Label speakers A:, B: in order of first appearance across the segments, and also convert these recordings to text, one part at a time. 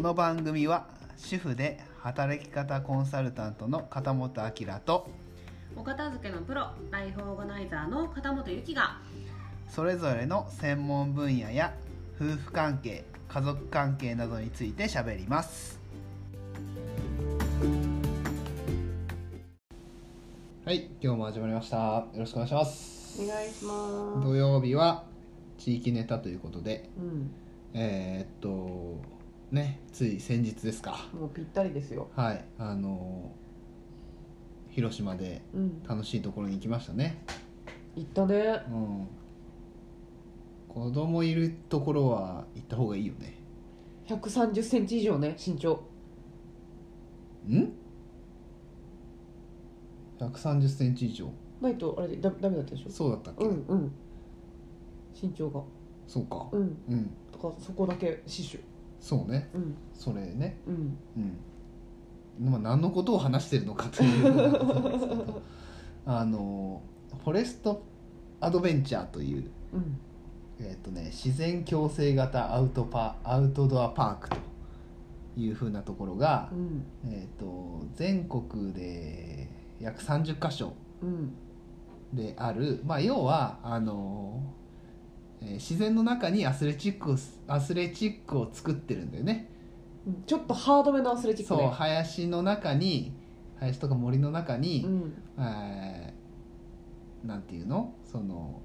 A: の番組は主婦で働き方コンサルタントの片本明と
B: お片付けのプロライフオーガナイザーの片本由紀が
A: それぞれの専門分野や夫婦関係家族関係などについて喋りますはい今日も始まりましたよろしくお願いします
B: お願いしま
A: 土曜日は地域ネタということで
B: うん
A: えーっとねつい先日ですか
B: もうぴったりですよ
A: はいあの広島で
B: うん
A: 楽しいところに行きましたね
B: 行ったね
A: うん子供いるところは行った方がいいよね
B: 1 3 0ンチ以上ね身長
A: ん130センチ以上
B: ないとあれでだダメだったでしょ
A: そうだったっけ、
B: うんうん身長が
A: そうか
B: うん
A: うん
B: とからそこだけ死守
A: そうね
B: うん
A: それね
B: うん
A: うんまあ何のことを話してるのかというようなことですけどあのフォレストアドベンチャーという
B: うん
A: えっとね、自然共生型アウトパアウトドアパークというふうなところが
B: う、ん
A: えっと全国で約30箇所
B: うん
A: である、まあ、要はあの、えー自然の中にアスレチックをアスレチックを作ってるんだよね。
B: うんちょっとハードめのアスレチック
A: そう
B: ね
A: 林の中に林とか森の中に、
B: うん
A: えーなんていうのその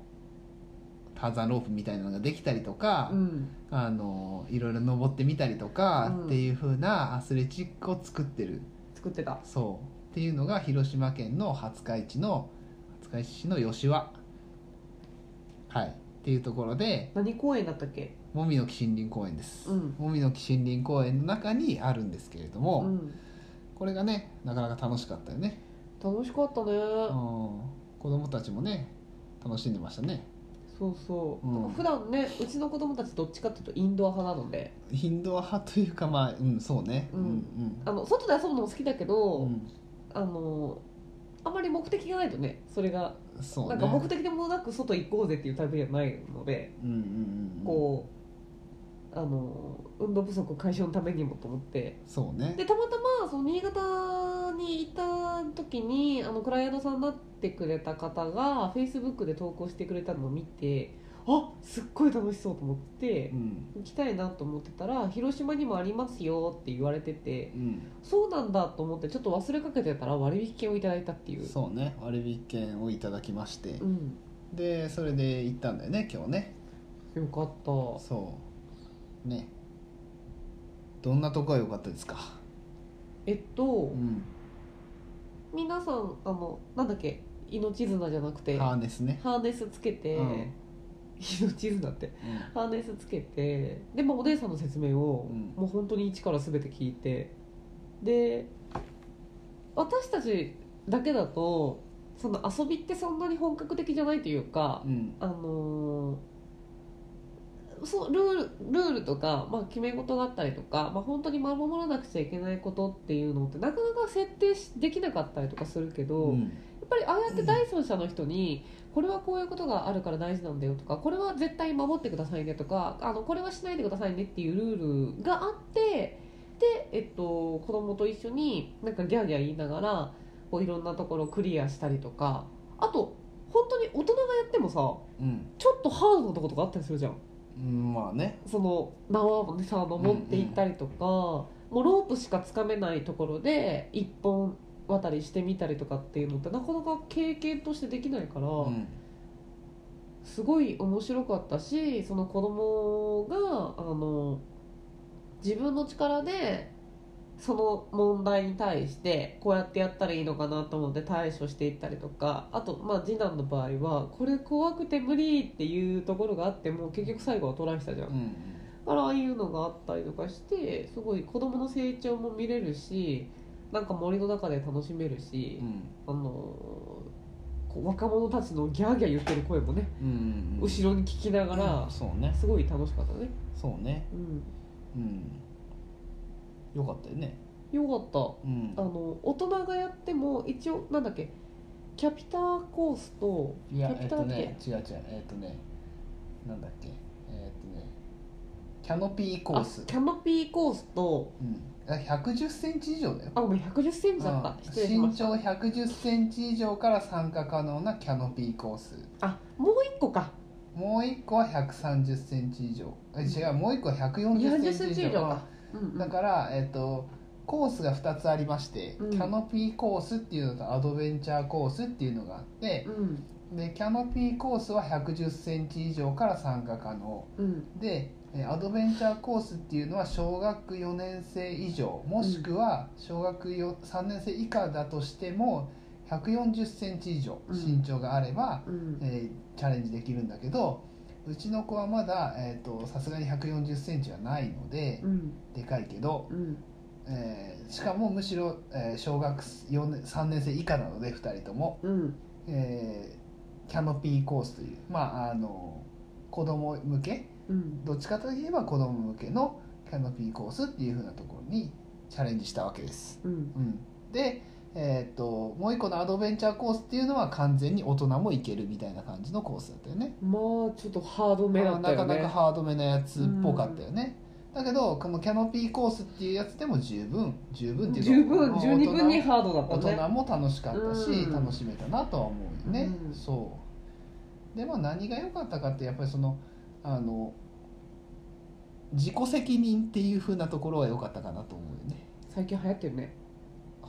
A: ターザンロープみたいなのができたりとか。
B: うん
A: あのいろいろ登ってみたりとか、
B: うん
A: っていう風なアスレチックを作ってる
B: 作ってた
A: そうっていうのが広島県の廿日市の廿日市市の吉和はいっていうところで
B: 何公園だったっけ
A: もみの木森林公園です、
B: うん
A: もみの木森林公園の中にあるんですけれど
B: う
A: も、
B: ん
A: これがねなかなか楽しかったよね、
B: 楽しかったね
A: うん、子供たちもね楽しんでましたね
B: そうそう、
A: うん
B: なんか普段ねうちの子供たちどっちかっていうとインドア派なので
A: インドア派というかまあうんそうね
B: うんあの外で遊ぶのも好きだけ
A: う
B: ど、
A: ん、うん
B: あのあんまり目的がないとねそれが、
A: そうね
B: なんか目的でもなく外行こうぜっていうタイプじゃないので、
A: うんうんうん、
B: こうあの運動不足解消のためにもと思って
A: そうね
B: でたまたまその新潟にいた時にあのクライアントさんになってくれた方がフェイスブックで投稿してくれたのを見てあすっごい楽しそうと思って。
A: うん
B: 行きたいなと思ってたら広島にもありますよって言われてて
A: うん
B: そうなんだと思ってちょっと忘れかけてたら割引券をいただいたっていう
A: そうね割引券をいただきまして
B: う、ん
A: でそれで行ったんだよね今日ね
B: よかった
A: そうねどんなとこが良かったですか
B: えっと、
A: うん
B: 皆さんあのなんだっけ命綱じゃなくて
A: ハー
B: ハ
A: ネスね
B: ーネスつけて、
A: うん
B: 命綱ってハーネスつけてで、まあ、お姉さんの説明を、
A: うん
B: もう本当に一から全て聞いてで私たちだけだとその遊びってそんなに本格的じゃないというか
A: う、ん
B: あのーそうルールルールとか、まあ、決め事があったりとか、まあ、本当に守らなくちゃいけないことっていうのってなかなか設定しできなかったりとかするけど、
A: う
B: や
A: ん
B: っぱりああやって第三者の人に、これはこういうことがあるから大事なんだよとかこれは絶対守ってくださいねとかあのこれはしないでくださいねっていうルールがあってで、えっと、子供と一緒になんかギャーギャー言いながらこういろんなところをクリアしたりとかあと本当に大人がやってもさ
A: うん、
B: ちょっとハードなとことかあったりするじゃん
A: うん、まあね
B: その縄をねさ登っていったりとか、もうロープしかつかめないところで一本渡りしてみたりとかっていうのってなかなか経験としてできないから、
A: うん
B: すごい面白かったしその子供があの自分の力でその問題に対してこうやってやったらいいのかなと思って対処していったりとかあと、まあ、次男の場合はこれ怖くて無理っていうところがあっても結局最後はトライしたじゃん
A: う。ん
B: だからああいうのがあったりとかしてすごい子供の成長も見れるしなんか森の中で楽しめるし
A: う、ん
B: あのこう若者たちのギャーギャー言ってる声もね
A: うんうん
B: 後ろに聞きながら、
A: そうね
B: すごい楽しかったね、
A: そうね
B: うん、
A: うんよかったよね
B: よかっ
A: うん
B: たあの大人がやっても一応なんだっけキャピターコースと
A: い
B: キ
A: や
B: ャ
A: え
B: ピ
A: っ
B: タ
A: と
B: ー系、
A: ね違う違うえっとねなんだっけえっとねキキャノピーコース
B: あキ、ャノピーコースと
A: うん、あ110センチ以上だよ
B: あごめん1 1 0センチだった
A: うん
B: 失礼しま
A: 身
B: した
A: 長110センチ以上から参加可能なキャノピーコース
B: あもう一個か
A: もう一個は130センチ以上え違うもう一個は
B: 2 0
A: 140
B: セ
A: セン
B: ンチ
A: チ
B: 以
A: 以
B: 上
A: 上
B: か、うんうん、
A: だから、えっとコースが2つありまして、
B: うん
A: キャノピーコースっていうのとアドベンチャーコースっていうのがあって
B: うん
A: でキャノピーコースは1 1 0センチ以上から参加可能
B: うん
A: でえアドベンチャーコースっていうのは小学4年生以上もしくは小学3年生以下だとしても1 4 0センチ以上
B: うん
A: 身長があれば、
B: うん
A: えーチャレンジできるんだけどうちの子はまだえーとさすがに1 4 0センチはないので
B: う、ん
A: でかいけど、
B: うん
A: えーしかもむしろ、えー小学4年3年生以下なので2人とも、
B: うん
A: えーキャノピーコースという、まあ、あの子供向け
B: うん
A: どっちかといえば子供向けのキャノピーコースっていう風なところにチャレンジしたわけです。
B: うん
A: うん、で、えーっともう一個のアドベンチャーコースっていうのは完全に大人も行けるみたいな感じのコースだったよね。
B: まあちょっとハードめだったよね
A: なかなかハードめなやつっぽかったよね、だけどこのキャノピーコースっていうやつでも十分十分っていうか
B: 十分
A: まあ
B: 十二分に
A: 大人
B: ハードだ
A: 大
B: ったね
A: 人も楽しかったし、
B: うん
A: 楽しめたなとは思うよね、
B: うん
A: そうでも何が良かったかってやっぱりそのあの自己責任っていう風なところは良かったかなと思うよね
B: 最近流行ってるね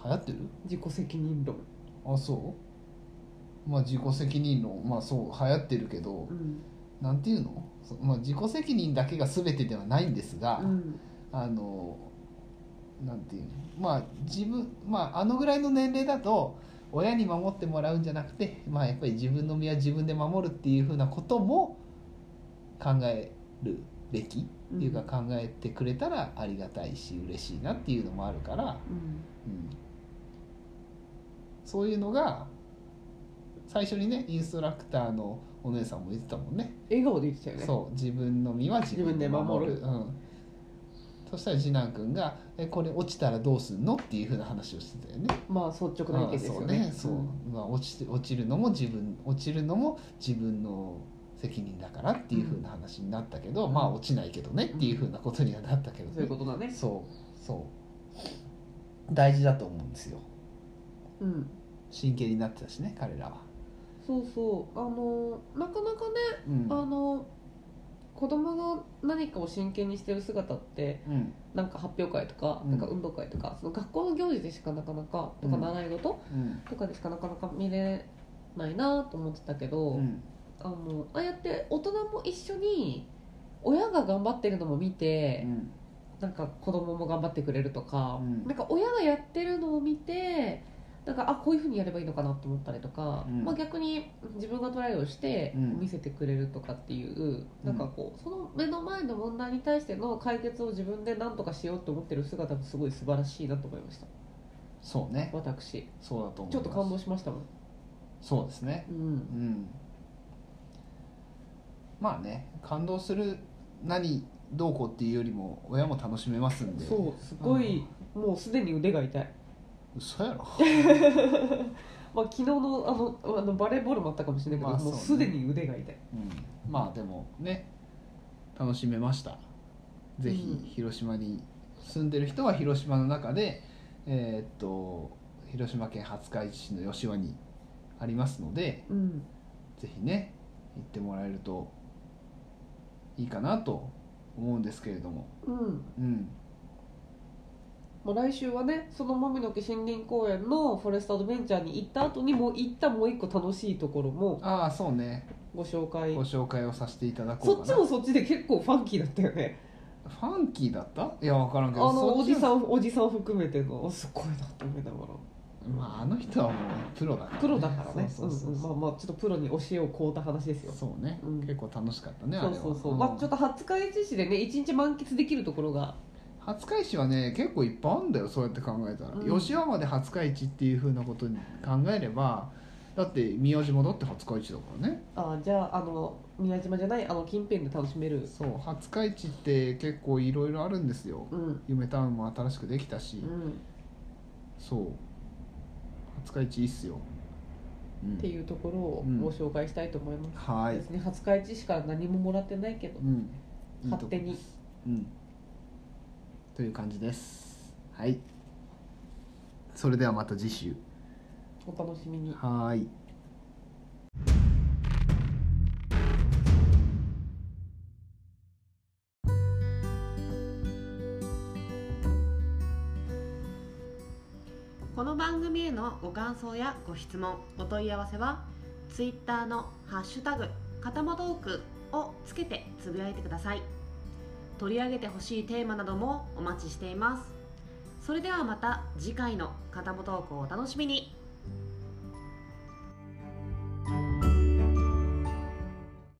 A: 流行ってる
B: 自己責任論
A: あそうまあ自己責任論まあそう流行ってるけど、
B: うん
A: なんていうの、そまあ、自己責任だけが全てではないんですが、
B: うん
A: あのなんていうのまあ自分まああのぐらいの年齢だと親に守ってもらうんじゃなくてまあやっぱり自分の身は自分で守るっていうふうなことも考えるべきっていうか考えてくれたらありがたいし嬉しいなっていうのもあるから、
B: うん
A: うん、そういうのが最初にねインストラクターのお姉さんも言ってたもんね。
B: 笑顔で言ってたよね
A: そう自分の身は自分で守る
B: 自分で
A: うん、そしたら次男君が「えこれ落ちたらどうすんの?」っていうふうな話をしてたよね
B: まあ率直な意見ですよ
A: あそ
B: ね
A: うねそう、まあ、落ちて落ちるのも自分落ちるのも自分の責任だからっていうふうな話になったけど、
B: うん
A: まあ落ちないけどねっていうふうなことにはなったけど、
B: うん
A: ね、
B: そういうことだね
A: そうそう大事だと思うんですよ
B: うん
A: 真剣になってたしね彼らは、
B: そうそうあのなかなかね
A: うん
B: あの子供が何かを真剣にしてる姿って
A: うん
B: なんか発表会とか
A: うん
B: なんか運動会とか、その学校の行事でしかなかなかと
A: う
B: か
A: ん
B: 習い事
A: うん
B: とかでしかなかなか見れないなと思ってたけど、
A: うん
B: あのああやって大人も一緒に親が頑張ってるのも見て、なんか子供も頑張ってくれるとか、
A: うん
B: なんか親がやってるのを見てなんかあこういうふうにやればいいのかなと思ったりとか、
A: うん
B: まあ、逆に自分がトライをして
A: うん
B: 見せてくれるとかっていう、
A: うん
B: なんかこうその目の前の問題に対しての解決を自分で何とかしようと思ってる姿もすごい素晴らしいなと思いました
A: そうね
B: 私
A: そうだと思います
B: ちょっと感動しましたもん、
A: そうですね
B: うん
A: うんまあね感動する何どうこうっていうよりも親も楽しめますんで
B: そうすごい、もうすでに腕が痛い
A: 嘘 やろ
B: まあ昨日のあのあのバレーボールもあったかもしれないけど、
A: まあ
B: もう
A: そ
B: す
A: うね
B: でに腕が痛い
A: うん、まあでもね楽しめましたぜ
B: うん
A: ひ広島に住んでる人は広島の中でえーっと広島県廿日市市の吉和にありますので
B: うん
A: ぜひね行ってもらえるといいかなと思うんですけれども
B: うん
A: うん
B: もう来週はねそのもみの木森林公園のフォレストアドベンチャーに行った後にもう行ったもう一個楽しいところも
A: ああそうね
B: ご紹介
A: ご紹介をさせていただこう
B: そ
A: か
B: っ
A: な
B: ちもそっちで結構ファンキーだったよね
A: ファンキーだったいや分からん
B: あ
A: けど
B: のおじ
A: ん
B: さんおじさん含めてのすごいなと思いながら
A: まああの人はもうプロだから、
B: プロだからね
A: そうそうそううん
B: うん
A: そ
B: ま
A: う、
B: あまあちょっとプロに教えを請うた話ですよ
A: そうね、
B: うん
A: 結構楽しかったねあ
B: そ
A: れ
B: う
A: は
B: そうそう、
A: ん
B: まあちょっと廿日市市でね一日満喫できるところが
A: 廿日市はね結構いっぱいあるんだよそうやって考えたら、
B: うん
A: 吉原まで廿日市っていうふうなことに考えればだって宮島だって廿日市だからね
B: あじゃああの宮島じゃないあの近辺で楽しめる
A: そう廿日市って結構いろいろあるんですよ
B: うん
A: 夢タウンも新しくできたし、
B: うん
A: そう廿日市いいっすよ、うん
B: っていうところをご紹介したいと思います、
A: はい
B: 別に廿日市市から何ももらってないけど
A: うん、
B: 勝手に
A: いいとこですうんという感じですはいそれではまた次週
C: お楽しみに
A: はーい
C: この番組へのご感想やご質問お問い合わせは Twitter の「ハッシュタグかたもトーク」をつけてつぶやいてください取り上げてほしいテーマなどもお待ちしていますそれではまた次回の「かたもトーク」をお楽しみに